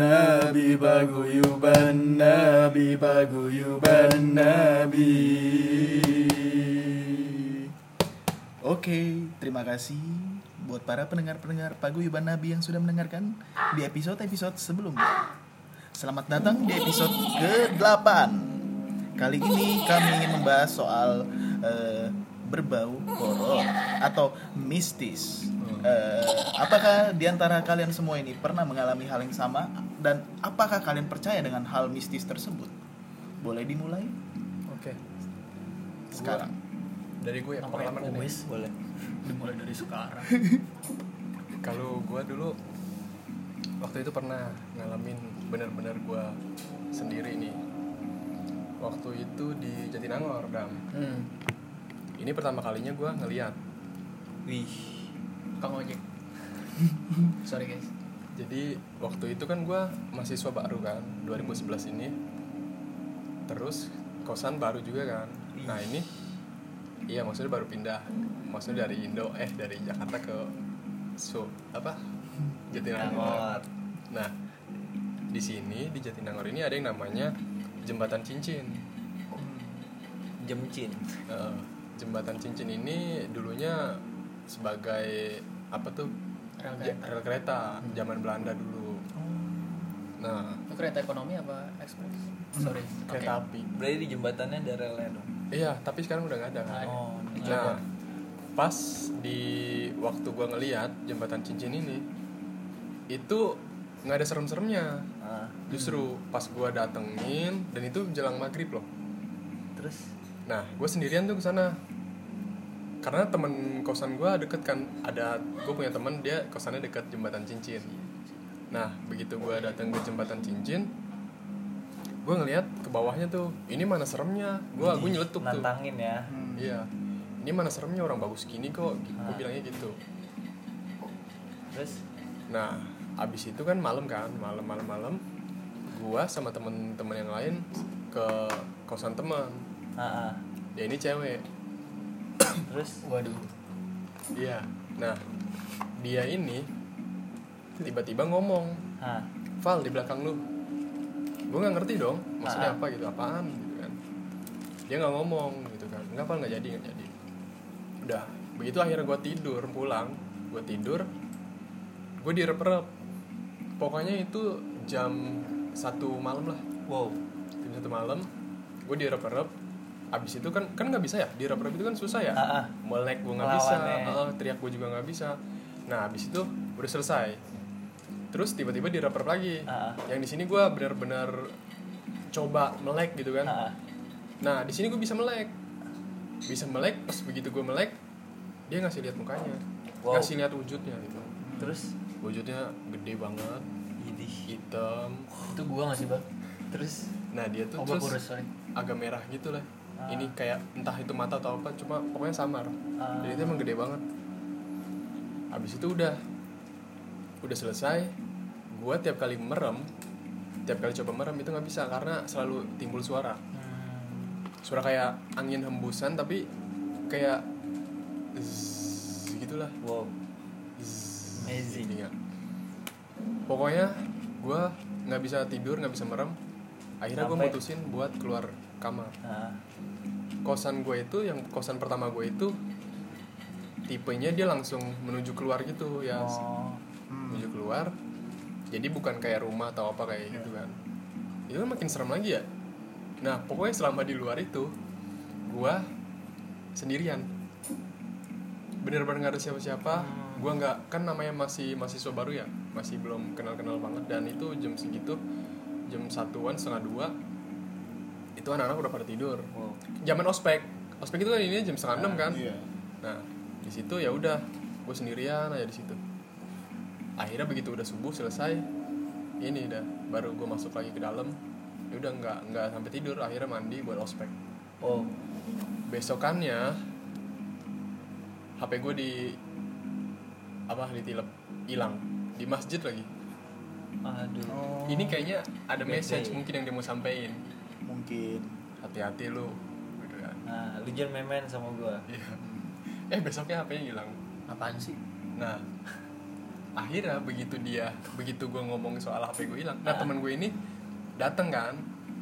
Nabi paguyuban Nabi paguyuban Nabi Oke, terima kasih buat para pendengar-pendengar Paguyuban Nabi yang sudah mendengarkan di episode-episode sebelumnya. Selamat datang di episode ke-8. Kali ini kami ingin membahas soal eh, berbau horor atau mistis. Eh, apakah di antara kalian semua ini pernah mengalami hal yang sama dan apakah kalian percaya dengan hal mistis tersebut? Boleh dimulai Oke. sekarang. Dari gue ya Oh, pengalaman Namanya ini. kuis boleh. Dimulai dari sekarang Kalau gue dulu waktu itu pernah ngalamin bener-bener gue sendiri nih. Waktu itu di Jatinangor, Dam. hmm. Ini pertama kalinya gue ngeliat. Wih. Kang Ojek Sorry guys Jadi waktu itu kan gue mahasiswa baru kan, 2011 ini. Terus kosan baru juga kan. Nah ini, iya maksudnya baru pindah. Maksudnya dari Indo, eh dari Jakarta ke Su, apa? Jatinangor. Jatinangor. Nah, di sini di Jatinangor ini ada yang namanya jembatan cincin. Jemcin. Eh, jembatan cincin ini dulunya sebagai apa tuh? Rel Ja- kereta. Rel kereta zaman Belanda dulu. Nah, Itu kereta ekonomi apa ekspres? Sorry kereta api. Berarti di jembatannya ada relnya dong. Iya, tapi sekarang udah nggak ada kan. Oh, Nah, pas di waktu gua ngeliat jembatan cincin ini, itu nggak ada serem-seremnya. Ah, Justru pas gua datengin dan itu menjelang maghrib loh. terus Nah, gue sendirian tuh ke sana. Karena temen kosan gue deket kan, ada gue punya temen dia kosannya deket jembatan cincin. Nah, begitu gue datang ke jembatan cincin, gue ngeliat ke bawahnya tuh, ini mana seremnya? Gue gue nyeletuk tuh. nantangin ya. Iya, ini mana seremnya orang bagus gini kok? Gue bilangnya gitu. Terus Nah, abis itu kan malam kan, malam malam malam, gue sama temen-temen yang lain ke kosan temen. ah, ah. Ya ini cewek. terus Waduh Iya. Nah, dia ini tiba-tiba ngomong, ah, "Val di belakang lu." Gue nggak ngerti dong, maksudnya Ah. apa gitu, apaan gitu kan. Dia nggak ngomong gitu kan. Enggak, Val nggak jadi, nggak jadi. Udah, begitu akhirnya gue tidur pulang, gue tidur, gue direp-rep. Pokoknya itu jam satu malam lah, wow. jam satu malam, gue direp-rep. Abis itu kan kan nggak bisa ya, direp-rep itu kan susah ya Ah, ah. melek gue nggak bisa Melawan, ya. heeh, teriak gue juga nggak bisa nah abis itu udah selesai terus tiba-tiba di rapper lagi Ah. yang di sini gue benar-benar coba melek gitu kan Ah, ah. nah di sini gue bisa melek bisa melek pas begitu gue melek dia ngasih lihat mukanya Wow. ngasih lihat wujudnya gitu terus wujudnya gede banget idih. hitam Itu gua gak sih bang? Terus nah dia tuh Oh gua terus kurus sorry agak merah gitu lah Ah. ini kayak entah itu mata atau apa cuma pokoknya samar Ah. jadi itu emang gede banget abis itu udah udah selesai gua tiap kali merem tiap kali coba merem itu nggak bisa karena selalu timbul suara hmm, suara kayak angin hembusan tapi kayak zzz, gitulah wow. Zzz, Amazing. gitu ya. pokoknya gua nggak bisa tidur nggak bisa merem akhirnya gue Sampai- mutusin buat keluar kamar Ah, kosan gue itu yang kosan pertama gue itu tipenya dia langsung menuju keluar gitu ya oh. Hmm, menuju keluar jadi bukan kayak rumah atau apa kayak gitu kan itu kan makin serem lagi ya nah pokoknya selama di luar itu gue sendirian bener-bener nggak ada siapa-siapa gue nggak kan namanya masih mahasiswa baru ya masih belum kenal-kenal banget dan itu jam segitu jam satuan setengah dua itu anak-anak udah pada tidur Wow. zaman ospek ospek itu kan ini jam setengah enam kan Iya. nah di situ ya udah gue sendirian aja di situ akhirnya begitu udah subuh selesai ini dah baru gue masuk lagi ke dalam ya udah nggak nggak sampai tidur akhirnya mandi buat ospek Wow. besokannya HP gue di apa ditilep hilang di masjid lagi Aduh. ini kayaknya ada Oh. Bad message day. mungkin yang dia mau sampein Mungkin hati-hati lu gitu kan Nah, lu jangan main-main sama gua. Iya. eh besoknya HP-nya hilang Apaan sih? Nah, akhirnya begitu dia begitu gue ngomong soal HP gue hilang nah Ah. teman gue ini dateng kan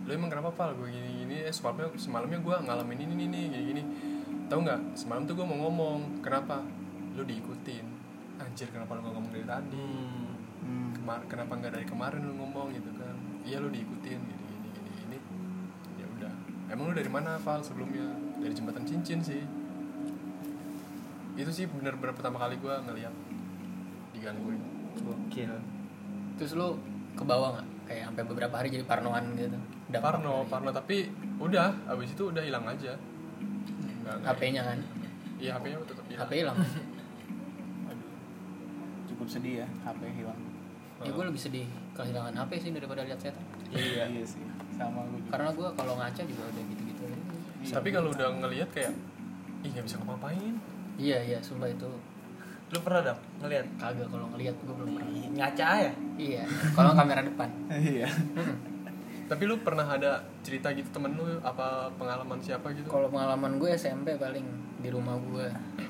lu emang kenapa pal gue gini gini eh, semalamnya semalamnya gue ngalamin ini ini nih gini gini tahu nggak semalam tuh gue mau ngomong kenapa lu diikutin anjir kenapa lu nggak ngomong dari tadi Hmm. Kemar- kenapa nggak dari kemarin lu ngomong gitu kan iya lu diikutin gini gini gini gini ya udah emang lu dari mana Val sebelumnya dari jembatan cincin sih itu sih bener-bener pertama kali gua ngeliat digangguin Gokil. Terus lu ke bawah nggak? Kayak sampai beberapa hari jadi parnoan gitu. Dampak Parno dari Parno tapi udah abis itu udah hilang aja Nggak- nggak- HP-nya kan. iya HP-nya tetap hilang HP hilang. Aduh. Cukup sedih ya HP hilang. ya gue lebih sedih kehilangan HP sih daripada lihat setan. Iya. iya sih. Sama gue juga. Karena gue kalau ngaca juga udah gitu-gitu. aja. Iya. tapi kalau udah ngelihat kayak ih nggak bisa ngapain Iya iya, sumpah itu Lu pernah dong ngelihat kagak kalau ngelihat gue belum pernah. ngaca ya? Iya, kalau kamera depan. Iya. tapi lu pernah ada cerita gitu temen lu apa pengalaman siapa gitu Kalau pengalaman gue SMP paling di rumah gue.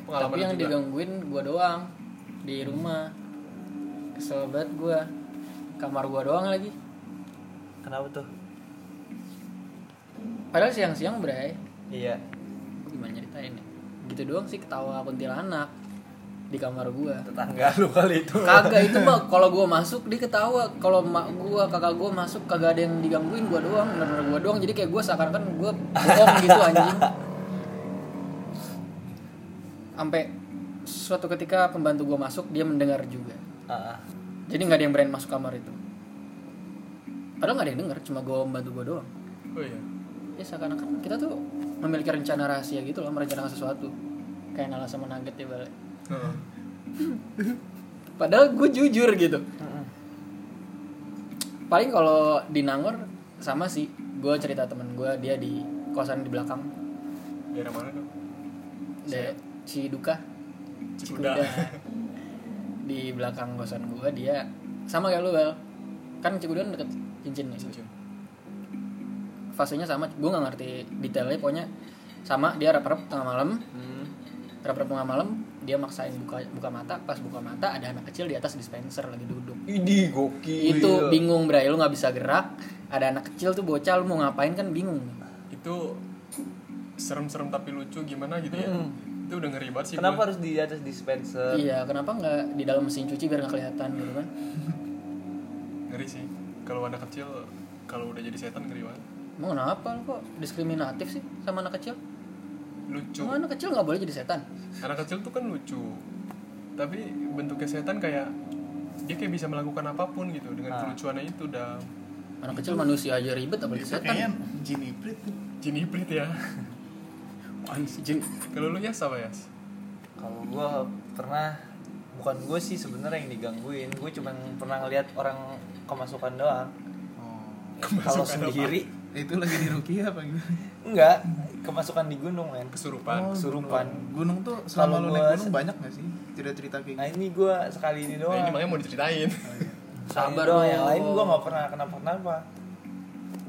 Pengalaman Tapi lu yang juga? digangguin gue doang di rumah. Kesel banget gue. Kamar gue doang lagi. Kenapa tuh? Padahal siang-siang bray. Iya. Gua Gimana nyeritain ya? Gitu doang sih ketawa kuntilanak di kamar gue. Tetangga lu kali itu. Kagak itu mah kalau gue masuk dia ketawa. Kalau mak gue kakak gue masuk kagak ada yang digangguin gue doang. Bener-bener gue doang. Jadi kayak gue seakan-akan gue bohong gitu anjing. Sampai suatu ketika pembantu gue masuk dia mendengar juga. Ah, ah. Jadi nggak ada yang berani masuk kamar itu. Padahal nggak ada yang dengar, cuma gue membantu gue doang. oh iya Ya seakan-akan kita tuh memiliki rencana rahasia gitu loh, merencanakan sesuatu. Kayak nalar sama nugget ya balik. Heeh. Padahal gue jujur gitu. Paling kalau di Nangor sama sih. Gue cerita temen gue dia di kosan di belakang. daerah mana tuh Dari Ciduka. Cikuda. di belakang kosan gue dia sama kayak lu Bel. Kan Cikuda kan deket cincin nih. Cincin. Fasenya sama, gue nggak ngerti detailnya pokoknya sama dia rap-rap tengah malam Hmm. rap-rap tengah malam dia maksain buka buka mata pas buka mata ada anak kecil di atas dispenser lagi duduk Idi gokil. itu bingung bray lu nggak bisa gerak ada anak kecil tuh bocah lu mau ngapain kan bingung Itu serem-serem tapi lucu gimana gitu ya. Itu udah ngeri banget sih. Kenapa harus di atas dispenser? iya kenapa nggak di dalam mesin cuci biar nggak kelihatan gitu kan gua. Ngeri sih. Kalau anak kecil kalau udah jadi setan ngeri banget. mau kenapa lu kok diskriminatif sih sama anak kecil Lucu. cuma anak kecil nggak boleh jadi setan Anak kecil tuh kan lucu. Tapi bentuknya setan kayak dia kayak bisa melakukan apapun gitu Ah. dengan kelucuannya itu udah anak kecil manusia aja ribet apalagi Itu kan- setan kayaknya jin hybrid tuh. jin hibrid ya. Jin. Kalau lu ya apa ya? Kalau gue pernah bukan gue sih sebenarnya yang digangguin, gue cuma pernah ngelihat orang kemasukan doang. Kalau sendiri Oh. Itu lagi di Rukia apa gitu? enggak, kemasukan di gunung men. Kesurupan. Kesurupan. Gunung tuh selama Oh, lu Kalau gua naik gunung se- banyak gak sih cerita-cerita Nah kayak gitu? Oh, iya. ini gue sekali ini Nah, Oh, doang. ini makanya mau diceritain. Sekali Sabar doang, yang dong. lain gue nggak pernah kenapa-kenapa.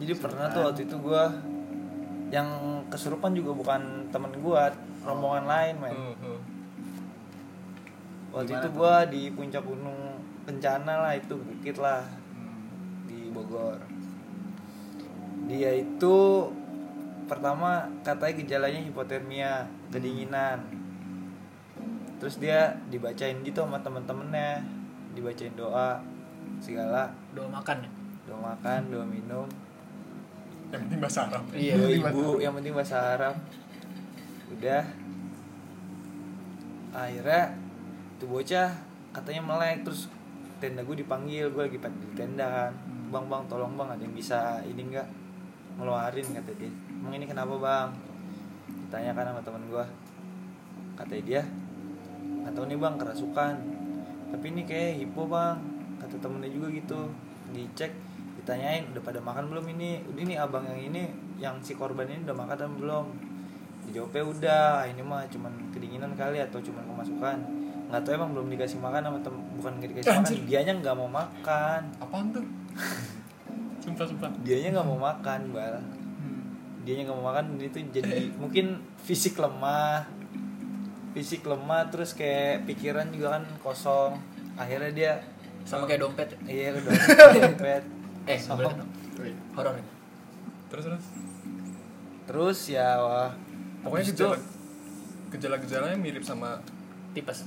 Jadi pernah tuh waktu itu gue yang kesurupan juga bukan temen gue, rombongan lain men. Heeh. Hmm, Gimana Waktu itu tuh? gue di puncak gunung Kencana lah itu bukit lah Hmm. di Bogor. Dia itu pertama katanya gejalanya hipotermia, kedinginan. Terus dia dibacain gitu sama temen-temennya, dibacain doa segala, doa makan ya doa makan, doa minum, Yang penting bahasa Arab. iya doa ibu, yang penting bahasa Arab. Udah. Akhirnya tuh bocah katanya melek terus tenda gue dipanggil gue lagi pengen di tenda kan Hmm. bang bang tolong bang ada yang bisa ini enggak ngeluarin kata dia emang ini kenapa bang ditanyakan kan sama teman gue kata dia nggak tahu nih bang kerasukan tapi ini kayak hipo bang kata temennya juga gitu dicek ditanyain udah pada makan belum ini udah ini abang yang ini yang si korban ini udah makan atau belum dijawabnya udah "Ah, ini mah cuman kedinginan kali atau cuman kemasukan nggak tahu emang belum dikasih makan sama tem bukan nggak dikasih makan Anjir. dianya nggak mau makan Apaan tuh? sumpah sumpah. dianya nggak mau makan bal dianya nggak mau makan itu jadi mungkin fisik lemah fisik lemah terus kayak pikiran juga kan kosong akhirnya dia sama kayak dompet ya? iya udah dompet eh Sama. boleh dong. horor ya? terus terus terus ya wah pokoknya gitu. habis itu- gejala gejala gejalanya mirip sama tipes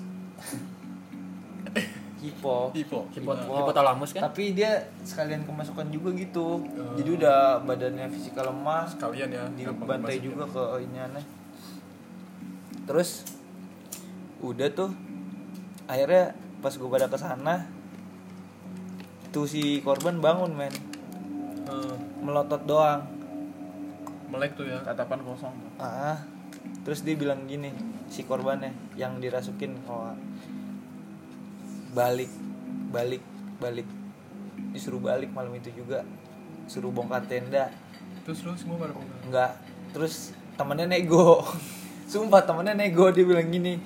hipo hipo Hipo- Nah, Wow. hipotalamus kan tapi dia sekalian kemasukan juga gitu Oh. jadi udah badannya fisikal lemah sekalian ya gampang dibantai dimasukin. juga ke ini aneh terus udah tuh akhirnya pas gue pada kesana tuh si korban bangun men Eh, melotot doang melek tuh ya Tatapan kosong tuh. ah terus dia bilang gini si korbannya yang dirasukin kalau balik balik balik disuruh balik malam itu juga suruh bongkar tenda terus terus semua pada pengalaman Enggak. Terus temennya nego. Sumpah temennya nego dia bilang gini.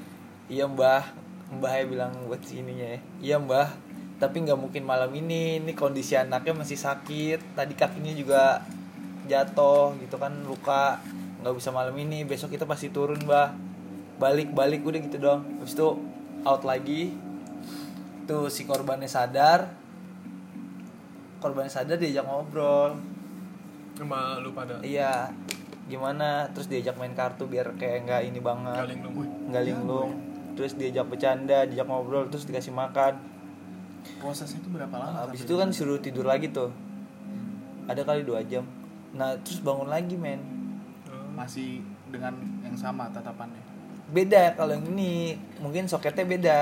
Iya mbah. Mbah ya bilang buat sininya ya. Iya mbah. Tapi nggak mungkin malam ini. Ini kondisi anaknya masih sakit. Tadi kakinya juga jatuh gitu kan luka. Nggak bisa malam ini. Besok kita pasti turun mbah. Balik balik udah gitu dong. Habis itu out lagi. Tuh si korbannya sadar. Korbannya sadar diajak ngobrol sama lu pada iya gimana terus diajak main kartu biar kayak nggak ini banget galing lu Wih, Iya, nggak linglung terus diajak bercanda diajak ngobrol terus dikasih makan Prosesnya itu berapa lama? sampai habis itu kan suruh tidur lagi tuh ada kali dua jam nah terus bangun lagi men Eh, masih dengan yang sama tatapannya. beda kalau yang ini mungkin soketnya beda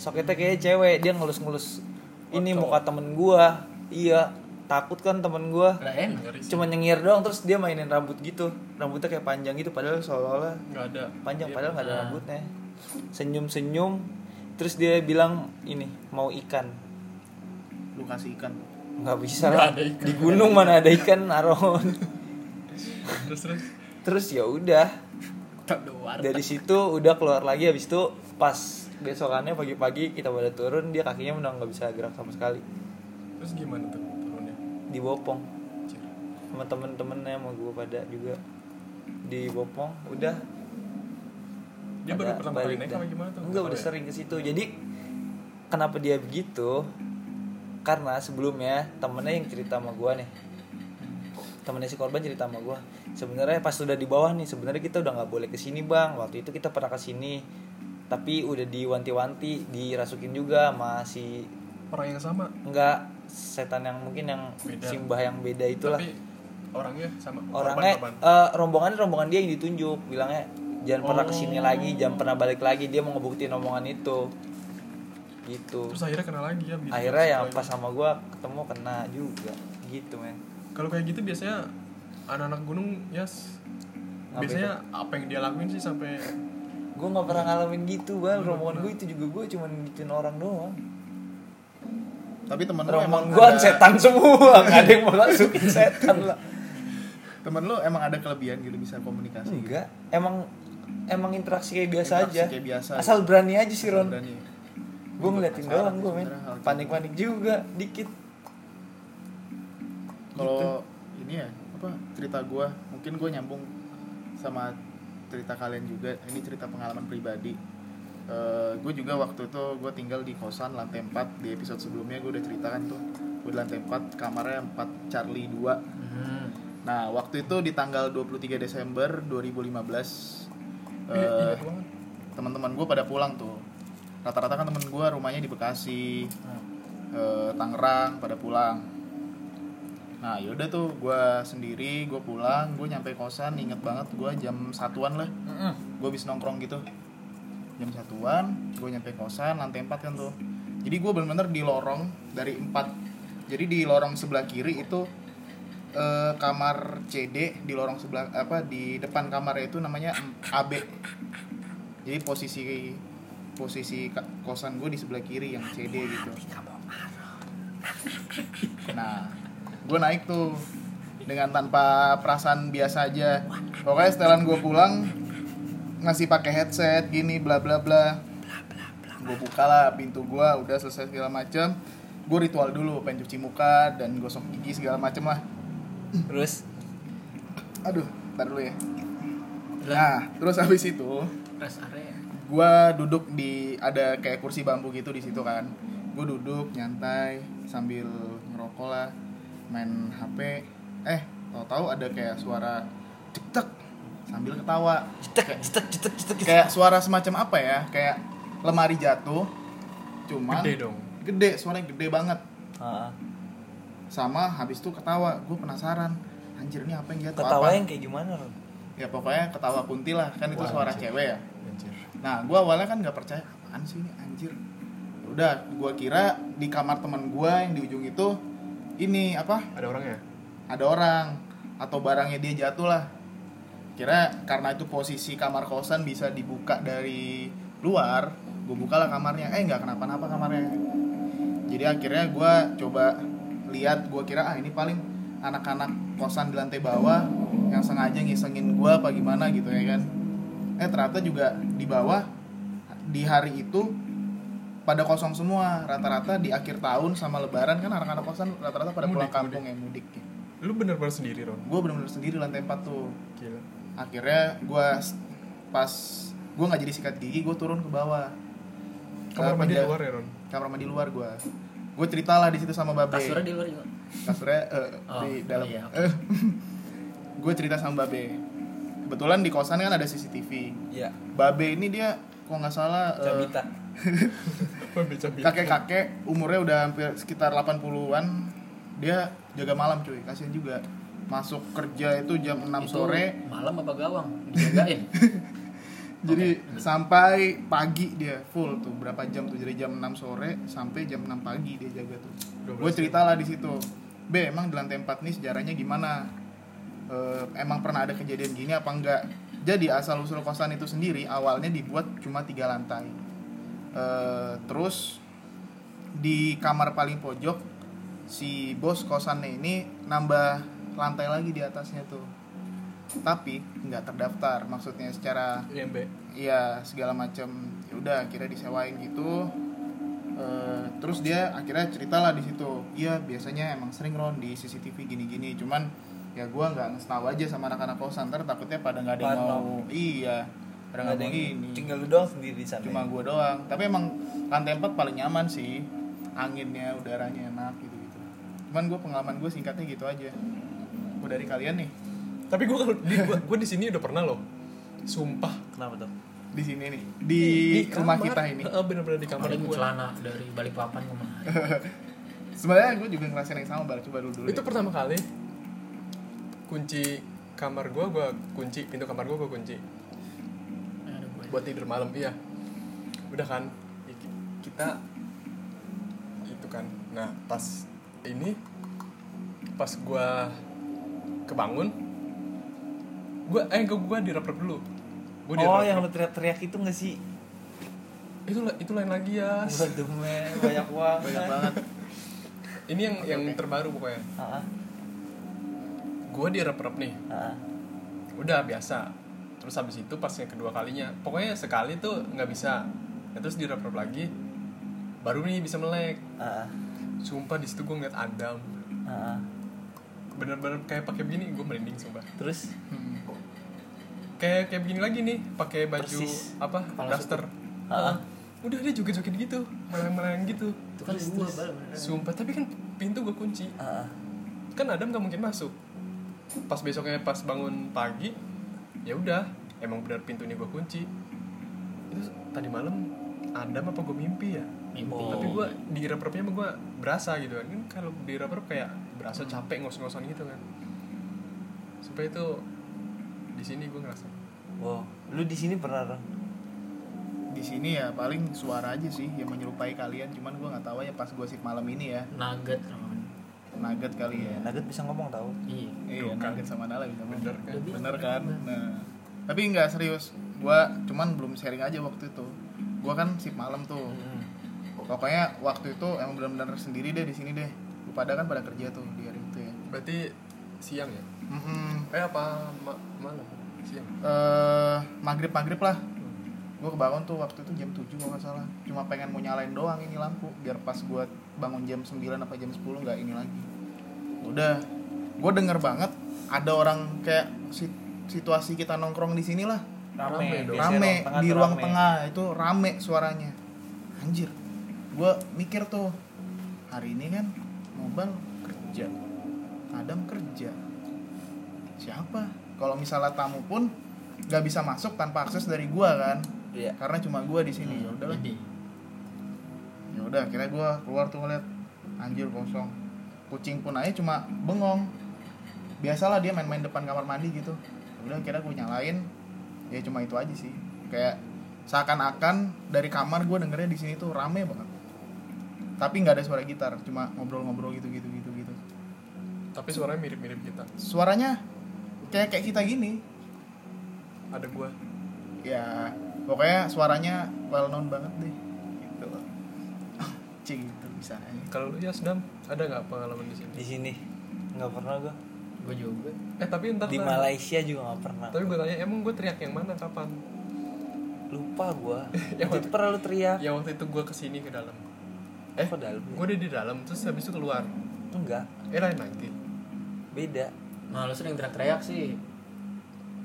soketnya kayak cewek dia ngelus-ngelus ini Kocok. muka temen gua iya takut kan temen gua lah enak ngeri sih cuma nyengir doang terus dia mainin rambut gitu rambutnya kayak panjang gitu padahal seolah-olah nggak ada panjang Dia- padahal nggak ada nah. rambutnya senyum senyum terus dia bilang ini mau ikan Lu kasih ikan. nggak bisa Nggak lah ada ikan. di gunung mana ada ikan Aron terus terus terus ya udah keluar dari situ udah keluar lagi habis itu pas besokannya pagi-pagi kita pada turun dia kakinya udah nggak bisa gerak sama sekali terus gimana tuh turunnya dibopong Cik. sama temen-temennya sama gue pada juga dibopong udah dia Ada baru pertama kali balik naik dah. apa gimana tuh Enggak Nggak tahu udah ya? sering ke situ. Jadi kenapa dia begitu? Karena sebelumnya temennya yang cerita sama gua nih. Temennya si korban cerita sama gua. Sebenarnya pas udah di bawah nih, sebenarnya kita udah nggak boleh ke sini, Bang. Waktu itu kita pernah ke sini. Tapi udah diwanti-wanti, dirasukin juga masih orang yang sama enggak setan yang mungkin yang Beda. simbah yang beda itulah. tapi orangnya sama Orangnya korban, korban. eh, rombongan rombongan dia yang ditunjuk, bilangnya jangan pernah Oh. kesini lagi, jangan pernah balik lagi. Dia mau ngebuktiin omongan itu. Gitu. terus akhirnya kenal lagi ya biar- Akhirnya yang setelah pas sama gua ketemu kena juga. Gitu, men. itu. kalau kayak gitu biasanya anak-anak gunung yes Apa biasanya apa yang dia lakuin sih sampai Gua nggak pernah ngalamin gitu, Bang. Rombongan gua itu juga gua cuman gituin orang doang. Tapi temen lu Rombongan emang gua ada- setan semua, nggak ada yang mau masukin setan lah. Temen lu emang ada kelebihan gitu bisa komunikasi. gitu? Enggak, emang emang interaksi kayak biasa Interaksi aja. kayak biasa. gitu. Asal berani aja sih Ron. Berani. Gue ngeliatin doang gue men. Panik-panik juga dikit. Kalau ini ya apa cerita gua mungkin gua nyambung sama cerita kalian juga. Ini cerita pengalaman pribadi. gue juga waktu itu gue tinggal di kosan lantai 4 di episode sebelumnya gue udah ceritakan tuh gue di lantai 4 kamarnya 4 Charlie 2 Hmm. Nah, waktu itu di tanggal 23 Desember 2015 Iya, eh, ingat banget. teman-teman gue pada pulang tuh. Rata-rata kan temen gue rumahnya di Bekasi, eh, Tangerang pada pulang. Nah, yaudah tuh gue sendiri, gue pulang, gue nyampe kosan, inget banget gue jam satuan lah. Gue habis nongkrong gitu. Jam satuan, gue nyampe kosan, lantai 4 kan tuh. Jadi gue bener-bener di lorong dari 4. Jadi di lorong sebelah kiri itu eh, kamar CD di lorong sebelah apa di depan kamarnya itu namanya AB jadi posisi posisi ka- kosan gue di sebelah kiri yang CD gitu nah gue naik tuh dengan tanpa perasaan biasa aja pokoknya setelan gue pulang ngasih pakai headset gini bla bla bla gue buka lah pintu gue udah selesai segala macem gue ritual dulu pengen cuci muka dan gosok gigi segala macem lah Terus aduh ntar dulu ya nah terus habis itu rest area gua duduk di ada kayak kursi bambu gitu di situ kan gue duduk nyantai sambil ngerokok lah main HP eh tahu-tahu ada kayak suara cetek sambil ketawa cetek cetek cetek cetek kayak suara semacam apa ya kayak lemari jatuh cuman Gede dong. gede suaranya gede banget Ah, sama habis itu ketawa gue penasaran anjir ini apa yang jatuh ketawa apa yang kayak gimana Ron? ya pokoknya ketawa kunti lah kan itu Wah, suara anjir. cewek ya Anjir. Nah, gua awalnya kan nggak percaya, apaan sih ini anjir. Udah, gua kira di kamar teman gua yang di ujung itu ini apa? Ada orangnya? Ada orang atau barangnya dia jatuh lah. Kira karena itu posisi kamar kosan bisa dibuka dari luar, gua bukalah kamarnya. Eh, nggak kenapa-napa kamarnya. Jadi akhirnya gua coba lihat, gua kira ah ini paling anak-anak kosan di lantai bawah yang sengaja ngisengin gua apa gimana gitu ya kan eh ternyata juga di bawah di hari itu pada kosong semua rata-rata di akhir tahun sama lebaran kan anak-anak kosan rata-rata pada pulang Mudik, kampung ya mudik Lu bener-bener sendiri, Ron. gue bener-bener sendiri lantai 4 tuh Gila. akhirnya gue pas gue nggak jadi sikat gigi gue turun ke bawah Ke Kamar mandi pindah- luar ya, Ron. kamar mandi luar gue gue ceritalah di situ sama babe Kasurnya di luar juga. kasurnya eh, Oh, di dalam iya, gue cerita sama babe kebetulan di kosan kan ada CCTV Iya, Babe ini dia kalau nggak salah eh, Cabita. Pembicara. kakek-kakek umurnya udah hampir sekitar 80-an. Dia jaga malam cuy, kasihan juga. Masuk kerja itu jam 6 Itu sore. Malam apa gawang? Dijagain. Jadi sampai pagi dia full tuh. Berapa jam tuh? Dari jam 6 sore sampai jam 6 pagi dia jaga tuh. 12 Gue ceritalah di situ. Be, emang di lantai 4 nih sejarahnya gimana? Eh, emang pernah ada kejadian gini apa enggak? Jadi asal usul kosan itu sendiri awalnya dibuat cuma tiga lantai. Eh, terus di kamar paling pojok si bos kosannya ini nambah lantai lagi di atasnya tuh. Tapi nggak terdaftar, maksudnya secara IMB. Iya segala macam. Ya udah akhirnya disewain gitu. Eh, terus dia akhirnya ceritalah di situ. Iya biasanya emang sering ron di CCTV gini-gini. Cuman ya gua nggak ngasih aja sama anak-anak kosan ntar takutnya pada nggak ada yang Parno. mau. Iya. Pada nggak Ada mau yang ini. tinggal lu doang sendiri di sana. Cuma gua doang. Tapi emang lantai 4 paling nyaman sih. Anginnya, udaranya enak gitu-gitu. Cuman gua pengalaman gue singkatnya gitu aja. Gua dari kalian nih Tapi gue kalau di gua, gua di sini udah pernah loh. Sumpah. Kenapa tuh? di sini nih di, rumah kamar. kita ini. Heeh, bener-bener di kamar Kemarin gue. celana dari balik papan kemarin. Sebenarnya gue juga ngerasain yang sama, Bar. Coba dulu dulu. Itu pertama kali kunci kamar gue, gue kunci pintu kamar gue, gue kunci Aduh, gue. buat tidur malam. Iya. Udah kan. i- Kita itu kan. Nah pas ini pas gue kebangun, gue eh gue gue direp-rep dulu. Gue Oh, yang lu teriak-teriak itu nggak sih? itu itu lain lagi ya. Buat demen, banyak uang. Kan? banyak banget. Ini yang yang terbaru pokoknya. Ah, Gue direp-rep nih. ah. udah biasa terus habis itu pas yang kedua kalinya pokoknya sekali tuh nggak bisa Ya, terus di rep lagi baru nih bisa melek Ah, sumpah di situ gue ngeliat Adam ah. bener-bener kayak pakai begini gue merinding sumpah Terus kayak kayak begini lagi nih pakai baju Persis. apa daster Ah. udah dia joget-joget gitu melayang-melayang gitu Itu kan gua bal. sumpah tapi kan pintu gue kunci ah, ah. kan Adam nggak mungkin masuk pas besoknya pas bangun pagi ya udah emang benar pintunya gue kunci itu tadi malam Adam apa gue mimpi ya Mimpi. tapi gue di repernya gue berasa gitu kan Kan kalau di reper kayak berasa capek ngos-ngosan gitu kan supaya itu di sini gue ngerasa Wow, lu di sini pernah Ron? Di sini ya paling suara aja sih yang menyerupai kalian, cuman gue nggak tahu ya pas gue sip malam ini ya. Nugget Ron. Nugget kali ya. Nugget bisa ngomong tau? Iya. Iya, nugget sama Nala bisa bener bener. kan Bener kan? Nah, tapi nggak serius. Gua cuman belum sharing aja waktu itu. Gua kan sip malam tuh. Pokoknya waktu itu emang benar-benar sendiri deh di sini deh. Lu pada kan pada kerja tuh di hari itu ya. berarti siang ya Mm-mm. eh apa ma- malam siang eh maghrib maghrib lah gue kebangun tuh waktu itu jam 7 kalau nggak salah cuma pengen mau nyalain doang ini lampu biar pas gue bangun jam 9 apa jam 10 nggak ini lagi udah gue denger banget ada orang kayak sit- situasi kita nongkrong di sini lah Rame, Rame dong. biasanya rame tengah di tuh ruang rame. tengah itu rame suaranya anjir gue mikir tuh hari ini kan mobile kerja Adam kerja siapa kalau misalnya tamu pun nggak bisa masuk tanpa akses dari gua kan Iya. karena cuma gua di sini ya udah Jadi, ya udah akhirnya gue keluar tuh ngeliat anjir kosong kucing pun aja cuma bengong biasalah dia main-main depan kamar mandi gitu udah akhirnya gue nyalain ya cuma itu aja sih kayak seakan-akan dari kamar gue dengernya di sini tuh rame banget tapi nggak ada suara gitar cuma ngobrol-ngobrol gitu gitu gitu gitu tapi suaranya mirip-mirip kita. suaranya kayak kayak kita gini Ada gua. ya pokoknya suaranya well known banget deh gitu loh cing itu bisa aja Kalau lu ya sedang ada nggak pengalaman di sini? di sini nggak pernah gua gue juga Eh tapi ntar di lah. Malaysia juga nggak pernah Tapi gue tanya emang gue teriak yang mana kapan? lupa gua Ya, waktu itu pernah lu teriak Ya waktu itu gue kesini ke dalam. Eh, eh kok dalam Gue udah di dalam terus habis itu keluar. enggak Eh lain lagi. beda nah lu sering teriak-teriak sih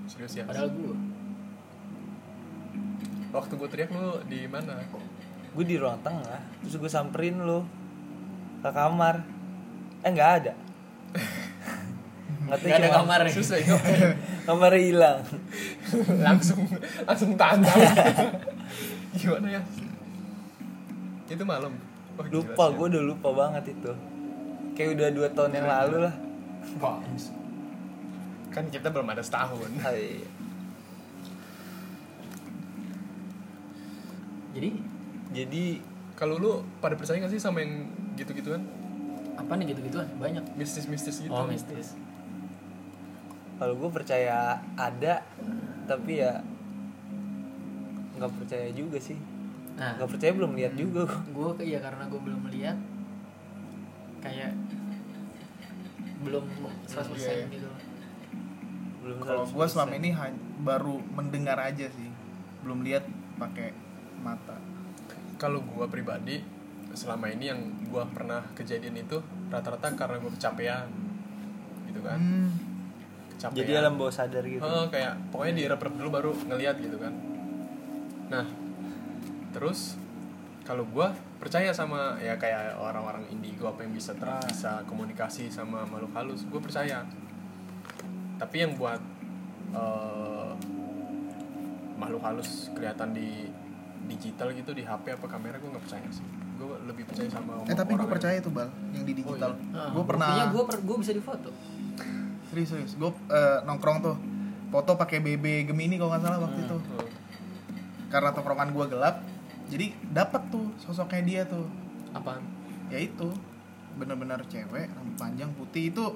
Serius ya? padahal gue Waktu gue teriak lu di mana? gue di ruang tengah terus gue samperin lu ke kamar eh nggak ada nggak tahu Nggak ada cuma kamar. Kemarin. Susah ya. kamarnya hilang ya. langsung langsung tantang gimana ya itu malam Wah, gila lupa sih. ya. gue udah lupa banget itu kayak udah dua tahun yang lalu lah Wah, kan kita belum ada setahun Hai. jadi jadi kalau lu pada percaya gak sih sama yang gitu-gituan apa nih gitu-gituan banyak mistis-mistis gitu oh mistis kalau gue percaya ada tapi ya nggak percaya juga sih nah nggak percaya belum lihat juga gua. gue iya karena gue belum melihat kayak belum 100% Iya, iya. gitu belum kalau gue selama ini hany- baru mendengar aja sih belum lihat pakai mata kalau gua pribadi selama ini yang gua pernah kejadian itu rata-rata karena gua kecapean gitu Hmm. kan kecapean ya. jadi alam bawah sadar gitu Oh. Heeh, Oh, kayak pokoknya direp-rep dulu baru ngelihat gitu kan. Nah, terus kalau gua percaya sama ya kayak orang-orang indigo apa yang bisa ter Nah. bisa komunikasi sama makhluk halus, gue percaya. Tapi yang buat eh, makhluk halus kelihatan di digital gitu di HP apa kamera gue nggak percaya sih. Gue lebih percaya sama eh tapi gue orang percaya tuh bal yang di digital Nah, gue pernah buktinya gue per, gue bisa difoto serius serius gue nongkrong tuh foto pakai BB Gemini kalau nggak salah waktu itu yang- Heeh. karena tongkrongan gue gelap jadi dapat tuh sosoknya dia tuh apaan ya itu bener-bener cewek rambut panjang putih itu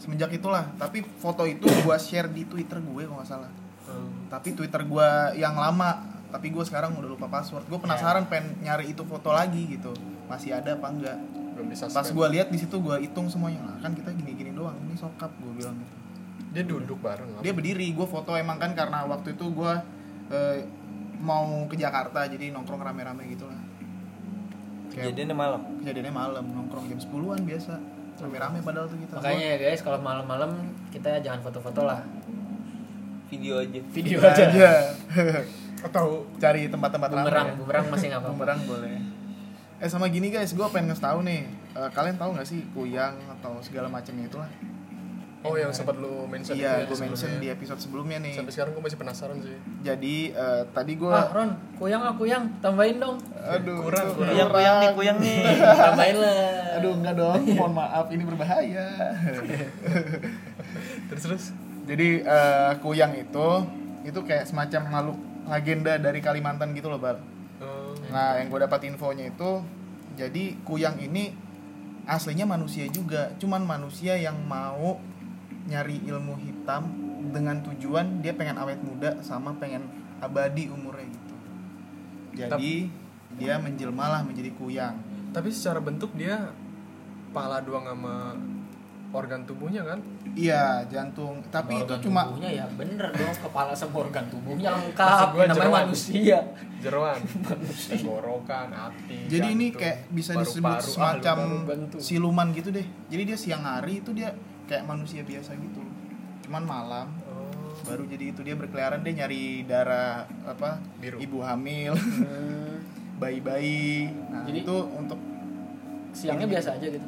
semenjak itulah tapi foto itu gue share di Twitter gue kalau nggak salah Heeh. tapi Twitter gua yang lama tapi gue sekarang udah lupa password gue penasaran pengen nyari itu foto lagi gitu masih ada apa enggak belum bisa pas gue lihat di situ gue hitung semuanya lah kan kita gini-gini doang ini sokap gue bilang gitu dia duduk bareng apa? dia berdiri gue foto emang kan karena waktu itu gue mau ke Jakarta jadi nongkrong rame-rame gitu lah kayak kejadiannya malam kejadiannya malam nongkrong jam 10-an biasa rame-rame padahal tuh kita makanya ya guys kalau malam-malam kita jangan foto-foto lah video aja video Gua- aja aja atau cari tempat-tempat rame bumerang bumerang masih nggak apa-apa Bumerang boleh. Eh sama gini guys, gue pengen ngasih tahu nih. Eh, kalian tahu nggak sih kuyang atau segala macamnya itulah? oh yang sempat lu mention itu Iya, ya gue mention sebelumnya. di episode sebelumnya nih. Sampai sekarang gue masih penasaran sih. Jadi eh, tadi gue, ah Ron kuyang ah kuyang tambahin dong aduh, kurang, itu- kurang. kuyang kuyang nih kuyang nih tambahin lah Aduh, enggak dong. Mohon maaf, ini berbahaya. Terus terus Jadi eh, kuyang itu, itu kayak semacam makhluk legenda dari Kalimantan gitu loh, Bal. eh, Nah, yang gue dapat infonya itu, jadi kuyang ini aslinya manusia juga, cuman manusia yang mau nyari ilmu hitam dengan tujuan dia pengen awet muda sama pengen abadi umurnya gitu. Jadi dia menjelmalah menjadi kuyang. tapi secara bentuk dia pala doang sama organ tubuhnya kan? Iya, jantung. Tapi itu Organ cuma tubuhnya ya bener dong kepala sama organ tubuhnya Maksud lengkap gua namanya jeroan. manusia Jeroan, tenggorokan, hati. jadi ini jantung, kayak bisa disebut paru-paru, semacam ah, lubang-lubang tuh. siluman gitu deh. Jadi dia siang hari itu dia kayak manusia biasa gitu. Cuman malam Oh, baru jadi itu dia berkeliaran dia nyari darah apa Biru. ibu hamil bayi-bayi nah Jadi- itu untuk Siangnya biasa aja gitu.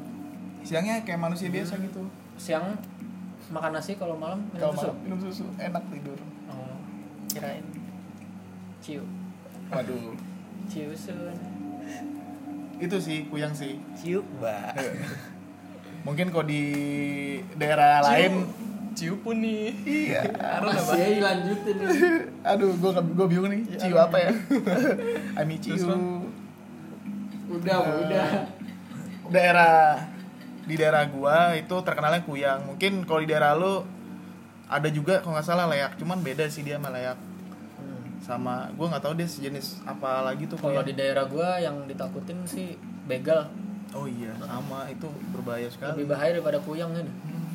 siangnya kayak manusia biasa gitu Siang makan nasi kalau malam minum kalau susu. malam minum susu enak tidur Oh, kirain ciu. waduh Ciu soon. itu sih kuyang sih Ciuk, Mbak. mungkin kalau di daerah lain Ciu pun nih. iya Karena Masih apa? aja lanjutin. aduh gue gue bingung nih ciu apa ya ami ciu Terus, Bang? Udah, udah. daerah di daerah gua itu terkenalnya kuyang mungkin kalau di daerah lu ada juga kalau nggak salah layak cuman beda sih dia sama layak sama gua nggak tahu dia sejenis apa lagi tuh Kalau kuyang. di daerah gua yang ditakutin sih begal. oh iya sama itu berbahaya sekali Lebih bahaya daripada kuyang kan. Hmm,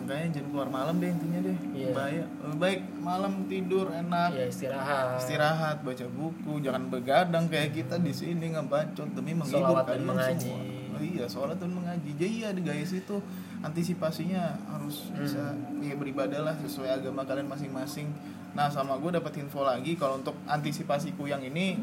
makanya jangan keluar malam deh intinya deh Iya. bahaya lebih baik malam tidur enak Ya istirahat. istirahat baca buku jangan begadang kayak kita di sini ngebacot demi menghibur Sholawat dan kalian mengaji. semua Oh iya sholat dan mengaji jadi ya di guys itu antisipasinya harus Hmm. bisa ya beribadah lah sesuai agama kalian masing-masing nah sama gue dapat info lagi kalau untuk antisipasi kuyang ini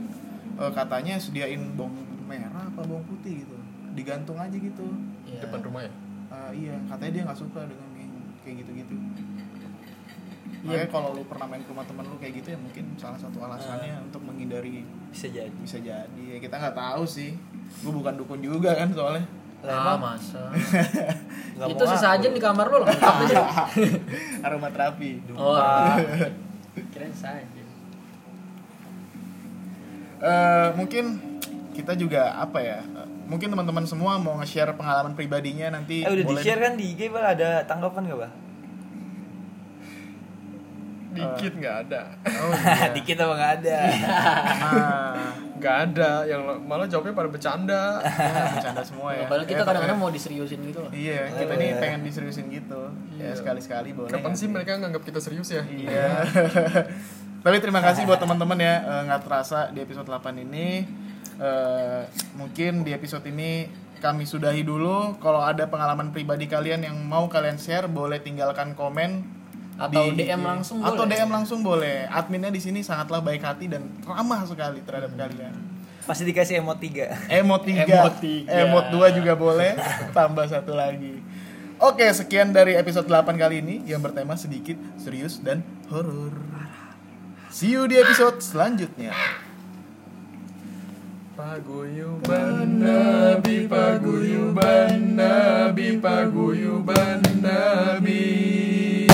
eh, katanya sediain bawang merah apa bawang putih gitu digantung aja gitu Iya. Depan rumah ya? Eh, iya katanya dia nggak suka dengan kayak- kayak gitu-gitu Iya. Eh. Makanya kalau lu pernah main ke rumah temen lu kayak gitu ya mungkin salah satu alasannya untuk menghindari Bisa jadi. bisa jadi ya kita nggak tahu sih gue bukan dukun juga kan soalnya Lah Ah, masa. Ah, Nggak Itu mau sesajen ngaku. di kamar lu lengkap aja. aroma terapi Oh. Dupa. Keren saja. Eh, mungkin kita juga apa ya eh, mungkin teman-teman semua mau nge-share pengalaman pribadinya nanti Eh udah boleh- di-share kan di IG, Bal, ada tanggapan gak, Bal? Dikit nggak ada. oh, iya. Dikit apa gak ada? nah Nggak ada. Yang lo- malah jawabnya pada bercanda. ya, bercanda semua ya Padahal kita Eh, kadang-kadang pakai- mau diseriusin gitu loh. iya kita nih pengen diseriusin gitu Iya. ya sekali-sekali boleh Kapan nggak sih mereka nganggap kita serius ya? Iya. Tapi terima kasih buat teman-teman ya eh, nggak terasa di episode 8 ini eh, mungkin di episode ini kami sudahi dulu. Kalau ada pengalaman pribadi kalian yang mau kalian share boleh tinggalkan komen Atau di- DM langsung atau boleh. DM langsung boleh. Adminnya di sini sangatlah baik hati dan ramah sekali terhadap kalian. Pasti dikasih emot 3. Emot 3, Emot tiga. emot 2 juga boleh, tambah satu lagi. Oke, sekian dari episode 8 kali ini yang bertema sedikit serius dan horor. See you di episode selanjutnya. Paguyuban Nabi, paguyuban Nabi, paguyuban Nabi.